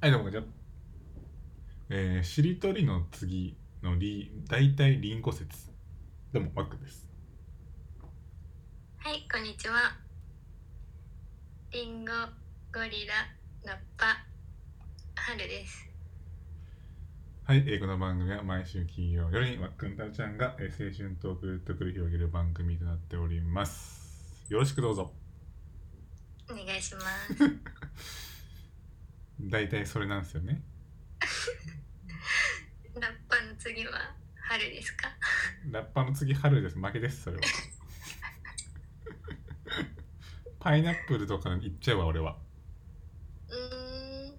はい、どうもこんにちは。えー、しりとりの次のり、大体りんご説。どうも、マックです。はい、こんにちは。リンゴ、ゴリラ、ラッパ、ハルです。はい、えーこの番組は毎週金曜夜にマックンタルちゃんが、えー青春トークと繰り広げる番組となっております。よろしくどうぞ。お願いします。大体それなんですよね。ラッパの次はハルですか。ラッパの次、春です。負けです、それは。パイナップルとかいっちゃうわ、俺は。うーん。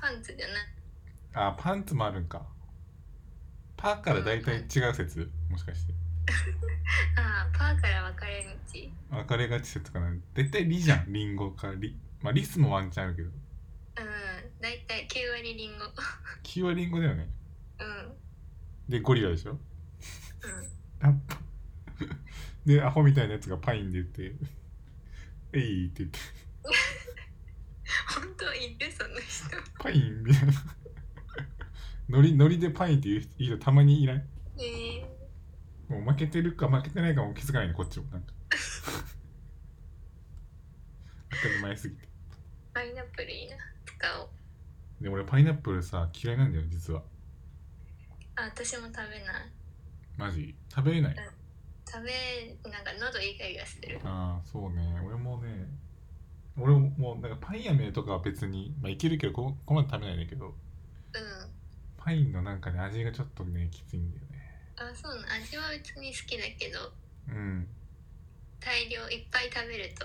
パンツじゃない。あー、パンツもあるんか。パーから大体違う説、もしかして。ああ、パーから分かれ道。別れがち説かな絶対リじゃんリンゴかリまあリスもワンチャンあるけどうん、だいたい九割リンゴ。キはリンゴだよねうん、でゴリラでしょうん。ラッパでアホみたいなやつがパインで言って 「えい」って言って本当いるその人。パインみたいな ノリノリでパインって言う人いるたまにいないええもう負けてるか負けてないかも気づかないねこっちもなんか 当たり前すぎてパイナップルいいな。使おう。で俺パイナップルさ嫌いなんだよ実はあ、私も食べない。マジ食べれない食べ、なんか喉イガイガしてる。ああそうね俺もね俺ももうなんかパイン飴とかは別にまあいけるけどこここまで食べないんだけどうん。パインのなんかね味がちょっとねきついんだよねあそうなん味は別に好きだけどうん大量いっぱい食べると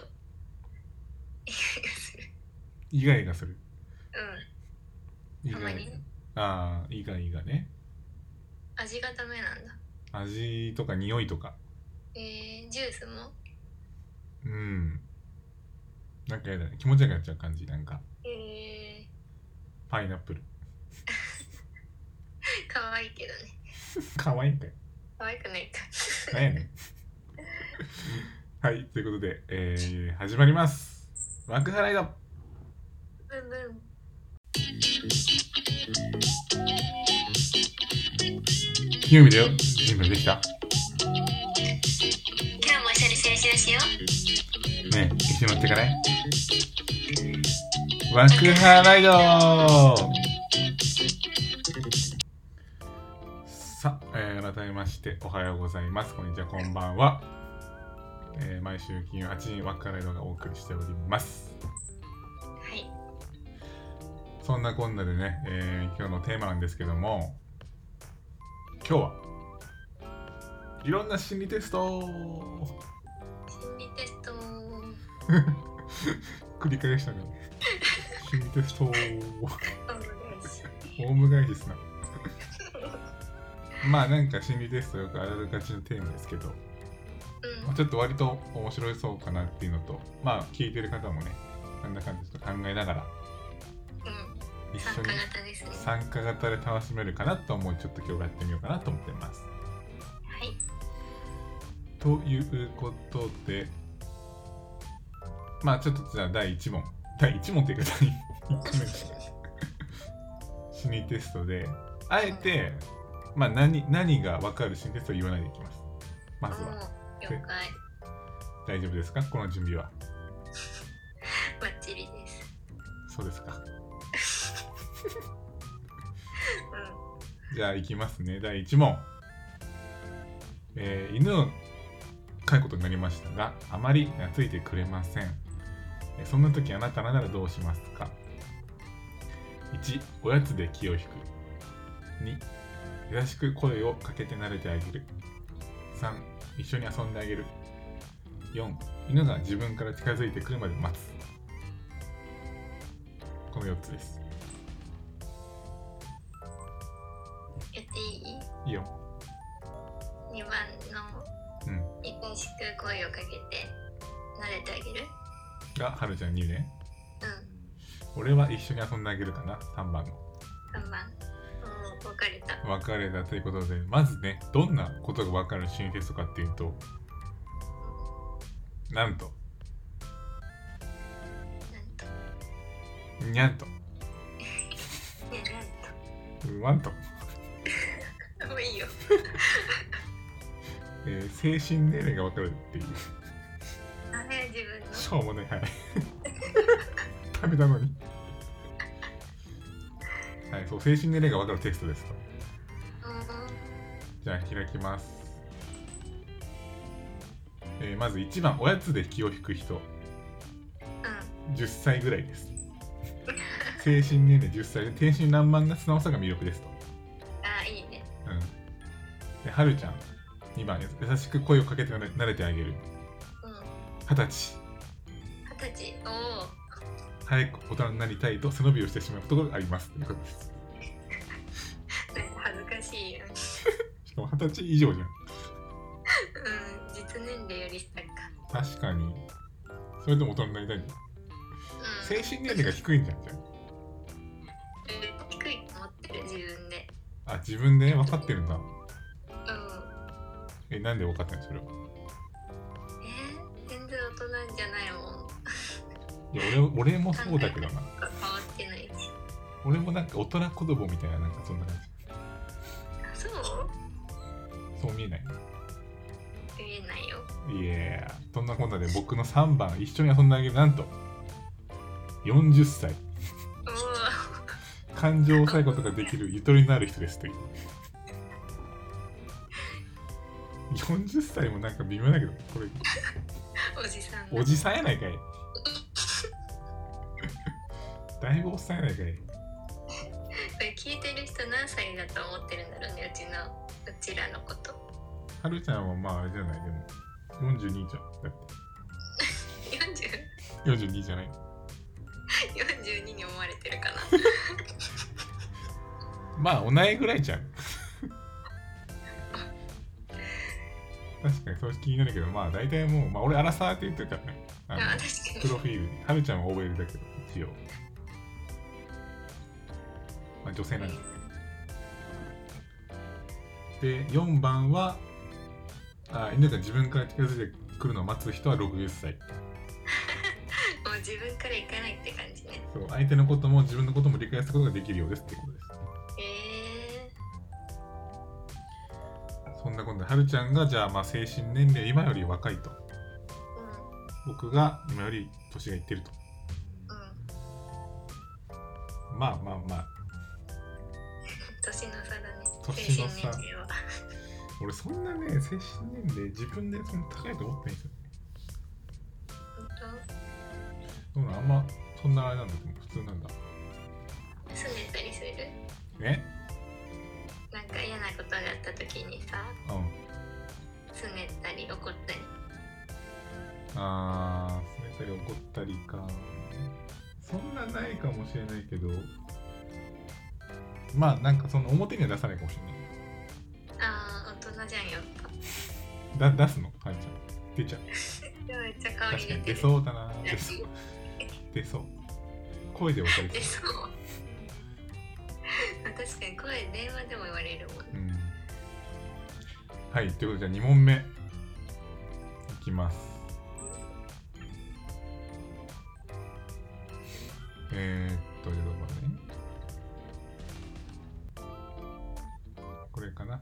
いい気がするイガイガするうんイたガまイにガああイガイガね味がダメなんだ味とか匂いとかえー、ジュースもうんなんかやだね気持ち悪くなっちゃう感じなんかえパイナップルー、可愛いけどねかわいいんかよ可愛くないかなんやねんはいということで、えー、始まります幕払いだ ブンブン清見だよ準備できた今日も一緒に青春しよねえ、一緒に乗ってかないワクハライドさあ、えー改めましておはようございます。こんにちは、こんばんは。えー毎週金曜8時にワクハライドがお送りしております。うはいそんなこんなでね、えー今日のテーマなんですけども、今日はいろんな心理テストを心理テストも繰り返したね。心理テストを。お願いしオウム返しすなまあなんか心理テストよくあるがちのテーマですけど、うんまあちょっと割と面白いそうかなっていうのとまあ聞いてる方もねなんだかんだちょっと考えながらうん一緒参加に型ですねは参加型で楽しめるかなと思いちょっと今日やってみようかなと思ってます。いということでまあちょっとじゃあ第1問第1問っていうか第1回目です心理テストであえて、まあ、何何が分かる心理テストを言わないでいきますまおずはー了解大丈夫ですかこの準備はバッチリですそうですかうじゃあいきますね第1問えー犬を飼うことになりましたがあまり懐いてくれませんえーそんな時あなたならどうしますか1おやつで気を引く2優しく声をかけて慣れてあげる3一緒に遊んであげる4犬が自分から近づいてくるまで待つこの4つですんやっていいいいよ2番のうん優しく声をかけて慣れてあげるがはるちゃん2ねう俺は一緒に遊んであげるかな3番ん3番おー分かれたの別れだということでまずねどんなことが分かる心理テストかっていうとなんとなんとにゃんと言わんと、もういいよ。えー精神年齢が分かるっていう あれ自分の。しょうもないはい 食べたのにはいそう精神年齢が分かるテストですとうじゃあ開きます、えーまず1番おやつで気を引く人ん。うん。 10歳ぐらいです精神年齢10歳で天真爛漫な素直さが魅力ですと、あ、いいね。うん、ではるちゃん2番や優しく声をかけてなれ慣れてあげるうん。二十歳二十歳。おお。早く大人になりたいと背伸びをしてしまうことがありますということですなんか恥ずかしいよ。しかも二十歳以上じゃんうん。実年齢より下か。確かにそれでも大人になりたいんだうん。精神年齢が低いんじゃんじゃ低いと思ってる自分で。ああ自分で分かってるんだうん。えなんで分かったのそれはいえー、全然大人じゃないもん。や俺俺もそうだけどな変わってないし。俺もなんか大人子供みたいななんかそんな感あそう？じそう見えない見えないよ。いやーそんなこんなで僕の3番一緒に遊んであげるなんと40歳おお。感情を抑えることができるゆとりのある人ですという40歳もなんか微妙だけどこれおじさんだ。おじさんやないかいだいぶおっさんやないかいこれ聞いてる人何歳だと思ってるんだろうねうちのうちらのことはるちゃんはまああれじゃないでも42じゃんだっ 40?42 て42じゃないに思われてるかな まあ同いぐらいじゃん確かにそれ気になるけどまあ大体もうまあ俺アラサーって言ってるからねあのあ確プかロフィールにはるちゃんは OL だけど一応まあ女性なんにでで4番はあ犬が自分から近づいてくるのを待つ人は60歳もう自分から行かないって感じねそう相手のことも自分のことも理解することができるようですってことですえそんなことではるちゃんがじゃあまあ精神年齢今より若いとー、うん僕が今より年がいってるとうんまあまあまあ年の差だね年の差精神年齢は俺そんなね精神年齢自分でそんな高いと思ってないんですよ本どうなんあんまそんなあれなんだけど普通なんだ当住んでたりするえなんか嫌なことがあった時にさうんすねたり怒ったりあー、冷たり怒ったりか。そんなないかもしれないけど、まあなんかその表には出さないかもしれあー大人じゃんよっとない。だ出すのはいちゃん。出ちゃう。めっちゃ顔確か入れにて出るそうだな。出そう。出そう。声で分かる出 そう確かに声電話でも言われるもんねうん。はい、ということでじゃあ2問目。いきます。えー、っと、じゃあどこまでこれかな。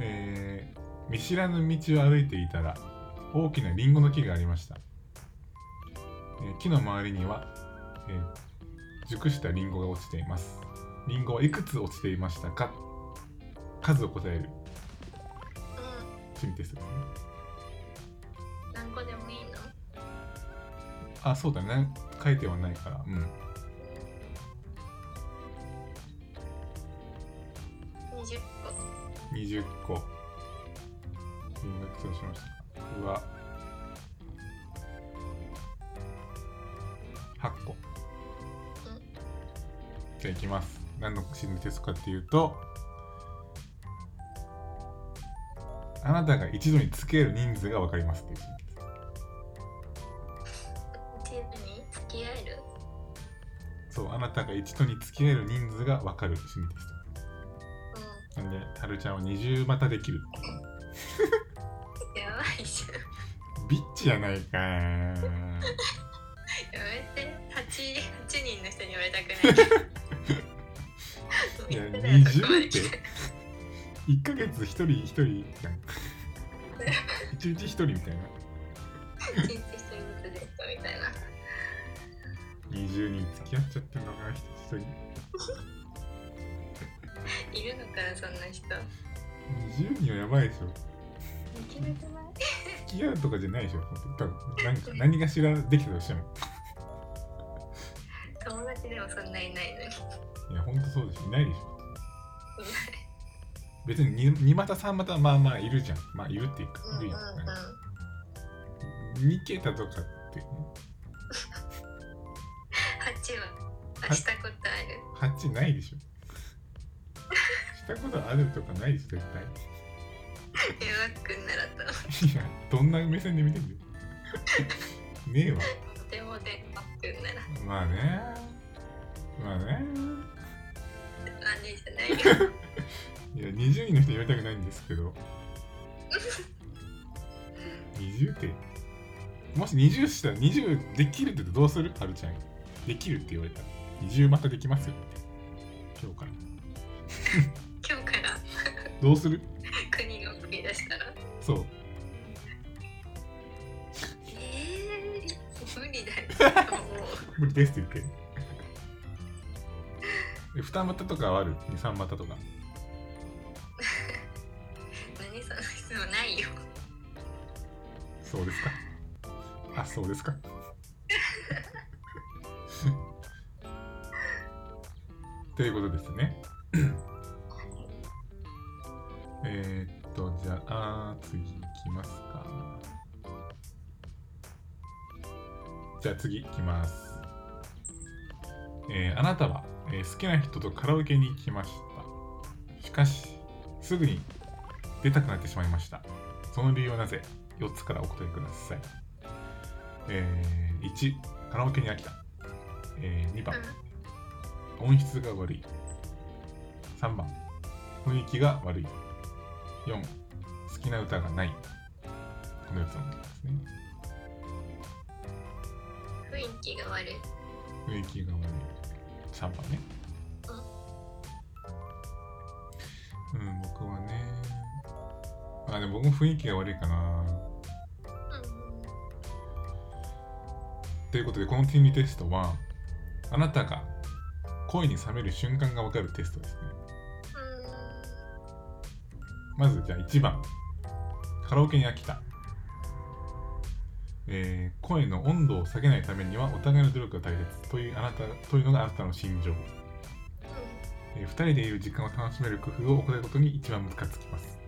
えー見知らぬ道を歩いていたら大きなリンゴの木がありました、えー木の周りには、えー熟したリンゴが落ちていますリンゴはいくつ落ちていましたか数を答えるう心理テストですねん何個でもいいのあそうだね書いてはないからうん20個20個リンゴいくつ落ちましたかうわ8個うんじゃあいきます。何の心理テストかっていうと、あなたが一度につける人数が分かりますっていう心理テストチーズに付き合えるそう、あなたが一度につける人数が分かる心理テスト。うなんで、はるちゃんは二重股できる。んやばいじゃんビッチじゃないかーやめて八八人の人に言われたくない。いやみんながそこま20でっ来てた1ヶ月1人1人じゃん1日1人みたいな一日一人ずつでしたみたいな。 20人付き合っちゃってるのかな一人一人いるのかなそんな人。 20人はやばいでしょいけなくない？付き合うとかじゃないでしょ多分何か何かしらできたとしても友達でもそんないないのに。いやほんとそうですいないでし ょ別に 2, 股3股まあまあいるじゃんまあいるっていうかうんいるうんよ、うん。 2桁とかって八はしたことある。 8ないでし ょしたことあるとかないでしょ絶対えわっくんならといや、 どんな目線で見てんだよ。 ねえわ。とてもでわっくんならまあね。まあね。何じゃないよ。いや、20人の人言われたくないんですけど。20って。もし20したら20できるって言うとどうするはるちゃん。できるって言われたら。20またできますよって。今日から。今日からどうする国が送り出したら。そう。えー、無理だよ。もう無理ですって 言って。え二股とかはある ?2、3股とか。何その質問ないよ。そうですか。あ、そうですか。ということですね。えーっと、じゃあ、次いきますか。じゃあ次いきます。えーあなたは、えー好きな人とカラオケに行きました。しかし、すぐに出たくなってしまいました。その理由はなぜ4つからお答えください。えー、1、カラオケに飽きた。えー、2番、音質が悪い。3番、雰囲気が悪い。4、好きな歌がない。この4つの問題ですね。うん、雰囲気が悪い。雰囲気が悪い。3番ね。うん、僕はね。あ、でも僕も雰囲気が悪いかな。うということでこの心理テストはあなたが恋に冷める瞬間がわかるテストですねん。うんまずじゃあ1番カラオケに飽きた、えー声の温度を下げないためにはお互いの努力が大切というあなたというのがあなたの心情、え2人でいる時間を楽しめる工夫を行うことに一番ムカつきます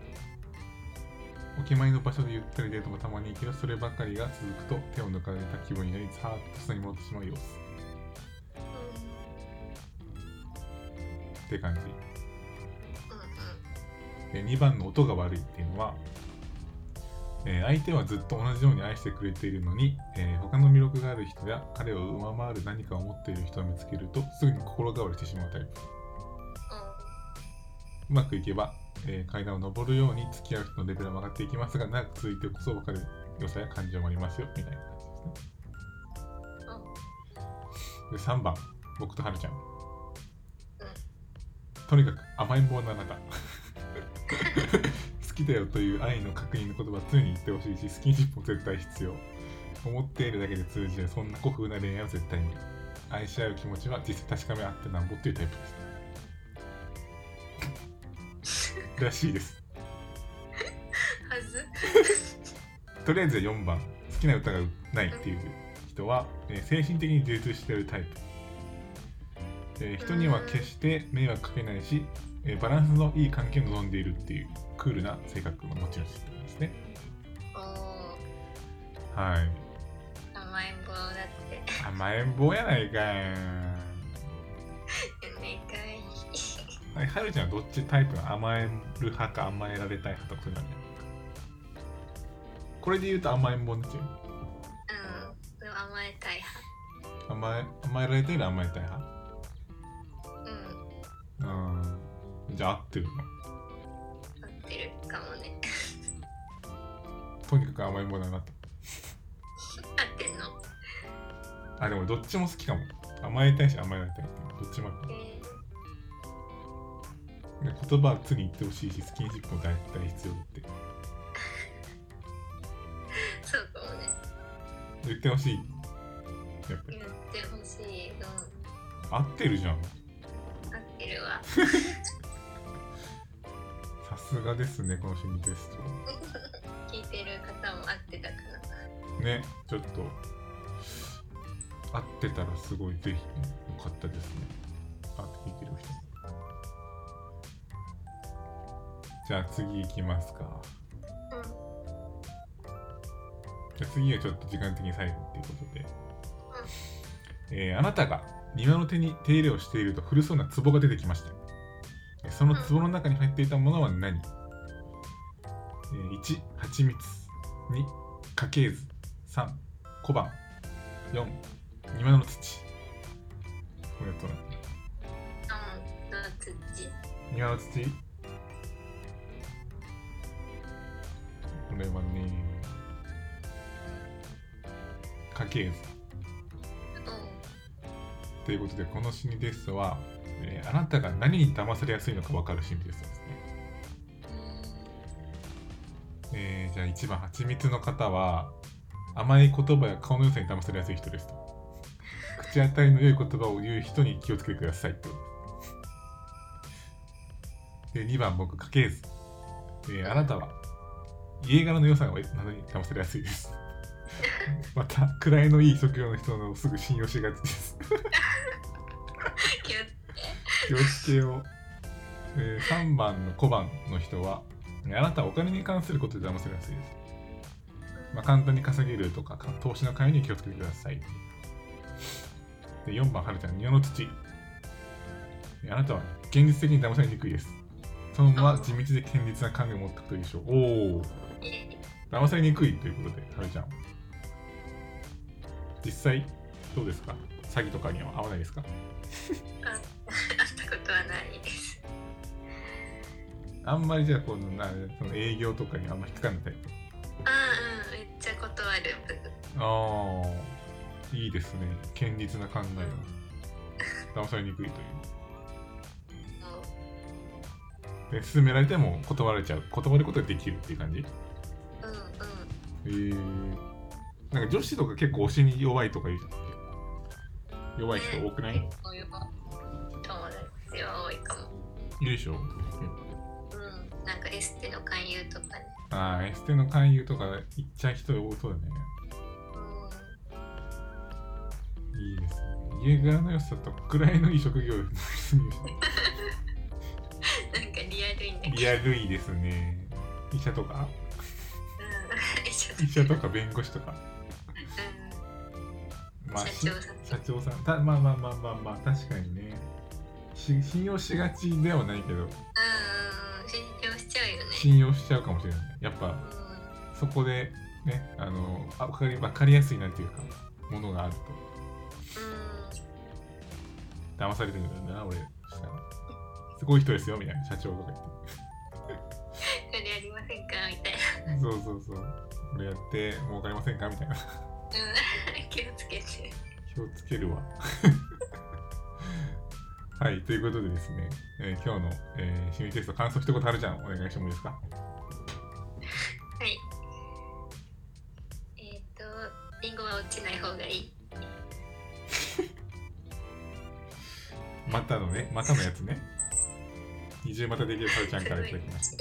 お決まりの場所でゆったりデートもたまに行きどそればかりが続くと手を抜かれた気分になりさーっと素に戻ってしまう様子って感じえー2番の音が悪いっていうのは、えー相手はずっと同じように愛してくれているのに、えー他の魅力がある人や彼を上回る何かを持っている人を見つけるとすぐに心変わりしてしまうタイプうまくいけば、えー階段を上るように付き合う人のレベルは上がっていきますが長く続いてこそ分かる良さや感情もありますよみたいな感じですねで3番僕とはるちゃん、とにかく甘えん坊なあなた 好きだよという愛の確認の言葉は常に言ってほしいしスキンシップも絶対必要思っているだけで通じるそんな古風な恋愛は絶対に愛し合う気持ちは実際確かめ合ってなんぼっていうタイプですらしいですはずとりあえず4番好きな歌がないっていう人は、えー精神的に充実しているタイプ、えー人には決して迷惑かけないし、えーバランスのいい関係を望んでいるっていうクールな性格の持ち主ですねおはい甘えん坊だって。甘えん坊やないかねかい。いはるちゃんはどっちタイプの甘える派か甘えられたい派とかそういうのあるこれで言うと甘えん坊になっちゃううん。でも甘えたい甘え甘えられたいの甘えたい派派。うん。うんじゃあ合ってるの合ってるかもね。とにかく甘いものだなとあでもどっちも好きかも甘えたいし甘えられたいどっちもあるえね言葉は次言ってほしいしスキンシップも大体必要だってーそうかもね言ってほしいやっぱり言ってほしいの合ってるじゃん合ってるわさすがですねこの心理テスト聞いてる方も合ってたかなねちょっと合ってたらすごいぜひよかったですねあ聞いてる人じゃあ次行きますかうんじゃあ次はちょっと時間的に最後っていうことで、えーあなたが庭の手に手入れをしていると古そうな壺が出てきましたえーその壺の中に入っていたものは何、えー、1蜂蜜2家系図3小判4庭の土これとなってうんの土庭の土これはね家系図うということでこの心理テストは、えーあなたが何に騙されやすいのか分かる心理テストですね、んうんえーじゃあ1番蜂蜜の方は甘い言葉や顔の良さに騙されやすい人ですと口当たりの良い言葉を言う人に気をつけてくださいってことですで2番僕家系図、えーあなたは家柄の良さがなどに騙されやすいですまた位のいい職業の人のをすぐ信用しがちです気を気をつけよう、えー3番の小判の人はあなたはお金に関することで騙せるやすいです、まあ、簡単に稼げるとかか投資の勧誘に気をつけてくださいで4番はるちゃん庭の土あなたは現実的に騙されにくいですトムは地道で堅実な考えを持っていくといいでしょうおおえ騙されにくいということではるちゃん実際どうですか詐欺とかには合わないですかあ会ったことはないですあんまりじゃあこのなその営業とかにあんま引っかかんないタイプうんうんめっちゃ断るああいいですね堅実な考えが騙されにくいといもううで勧められても断られちゃう断ることができるっていう感じへうんうんえなんか女子とか結構推しに弱いとか言うじゃん弱い人多くないねそういう友達は多いかもいるでしょうんなんかエステの勧誘とかねああエステの勧誘とか行っちゃう人多そうだねうんいいですね家柄の良さと位のいい職業の人になんかリアルいんだけどリアル いですね医者とかうん一緒だ医者とか弁護士とかまあ、し社長さん社長さんたまあまあまあまあまあ確かにねし信用しがちではないけどうんうん信用しちゃうよね信用しちゃうかもしれないやっぱうそこでねあのあわかりわかりやすいなんていうかものがあるとんうん騙されてるんだな俺したらすごい人ですよみたいな社長とかこれありませんかみたいな言ってそうそうそうこれやって儲かりませんかみたいなうん気をつけて気をつけるわ はいということでですね、えー今日の、えー、心理テスト感想一言あるじゃんお願いしてもいいですかはいえっ、とリンゴは落ちない方がいいまたのね、またのやつね。二重またできるサルちゃんからいただきまし。し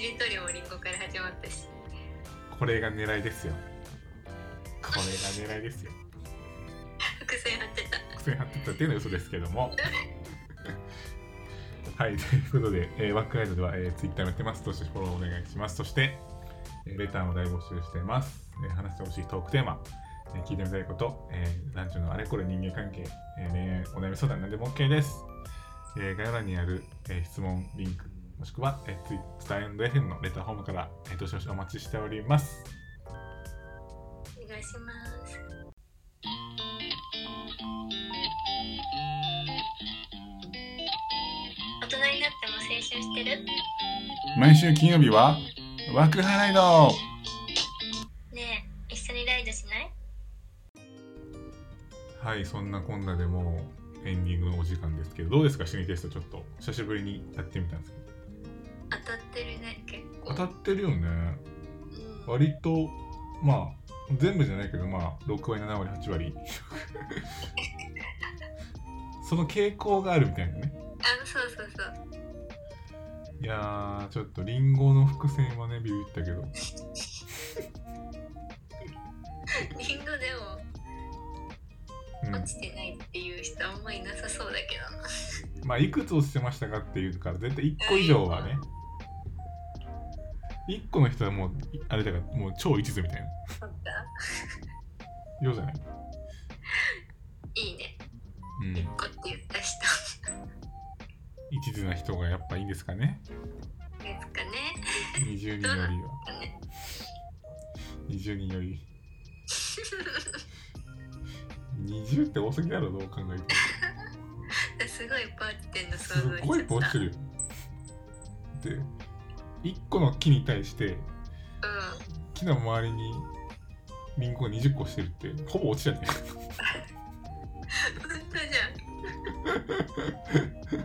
りとりもリンゴから始まったしたこれが狙いですよ。これが狙いですよ。伏線張ってた伏線張ってたっていうのは嘘ですけども。 はい、ということで、えー、ワークアイドでは、えー、Twitter もやってます。そしてフォローお願いします。そして、えーレターも大募集してます。えー話してほしいトークテーマ、えー聞いてみたいこと、えー、ランチのあれこれ人間関係、えー恋愛、お悩み相談なんでも OK です。えー概要欄にある、えー質問リンク、もしくは、えー、ツイスターエンド FM のレターフォームから、えー、どしどしお待ちしております。お願いします大人になっても青春してる毎週金曜日は、ワークハイドねえ一緒にライドしないはい、そんなこんなでもうエンディングのお時間ですけど、どうですか、心理テストちょっと久しぶりにやってみたんですけど。当たってるね結構当たってるよね。うん割と、まあ、全部じゃないけど、まあ、6割、7割、8割。 その傾向があるみたいなね。あそうそうそういやー、ちょっとリンゴの伏線はね、ビビったけど。リンゴでもうん落ちてないっていう人あんまりなさそうだけどなまあ、いくつ落ちてましたかっていうから、絶対1個以上はね。1個の人はもう、いあれだから、もう超一途みたいな。そっかようじゃないいいねうん。一個って言った人一途な人がやっぱいいんですかね。 ですかね20人よりは。ね20人より。20って多すぎだろ、どう考えても。 すごいパーティーの想す像しちゃったごい落ちるよ。で、1個の木に対して、う木の周りにリンゴが20個してるって、ほぼ落ちちゃって。ん本当じゃん確か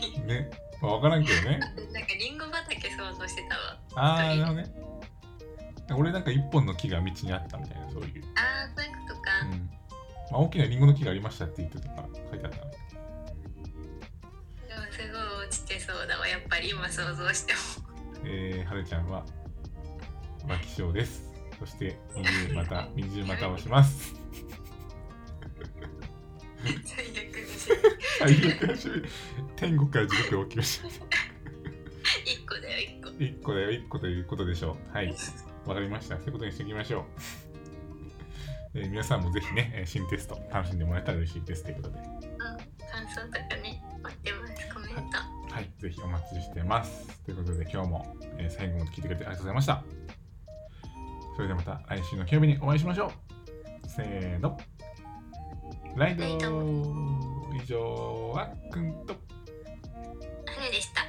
にね。 まあ、わからんけどね。なんかリンゴ畑想像してたあわー、なるほどね。俺なんか一本の木が道にあったみたいな、そういう。あーそういうことか、うん。まあ、大きなリンゴの木がありましたって言ってたから書いてあったの。でもすごい落ちてそうだわやっぱり今想像してもえー、はるちゃんは浮気症です。そして二重また二重またをします。最悪でし最悪な趣味天国から地獄へ起きました。一個だよ一個一個だよ一個ということでしょう。はい、わかりました。そういうことにしていきましょう。えー皆さんもぜひね、えー新テスト楽しんでもらえたら嬉しいですということで、感想とかね待ってますコメントはい、ぜひお待ちしてます。ということで今日も、えー最後まで聞いてくれてありがとうございました。それではまた来週の金曜日にお会いしましょう。せーの。ライドライ以上はくんとあれでした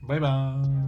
バイバーイ。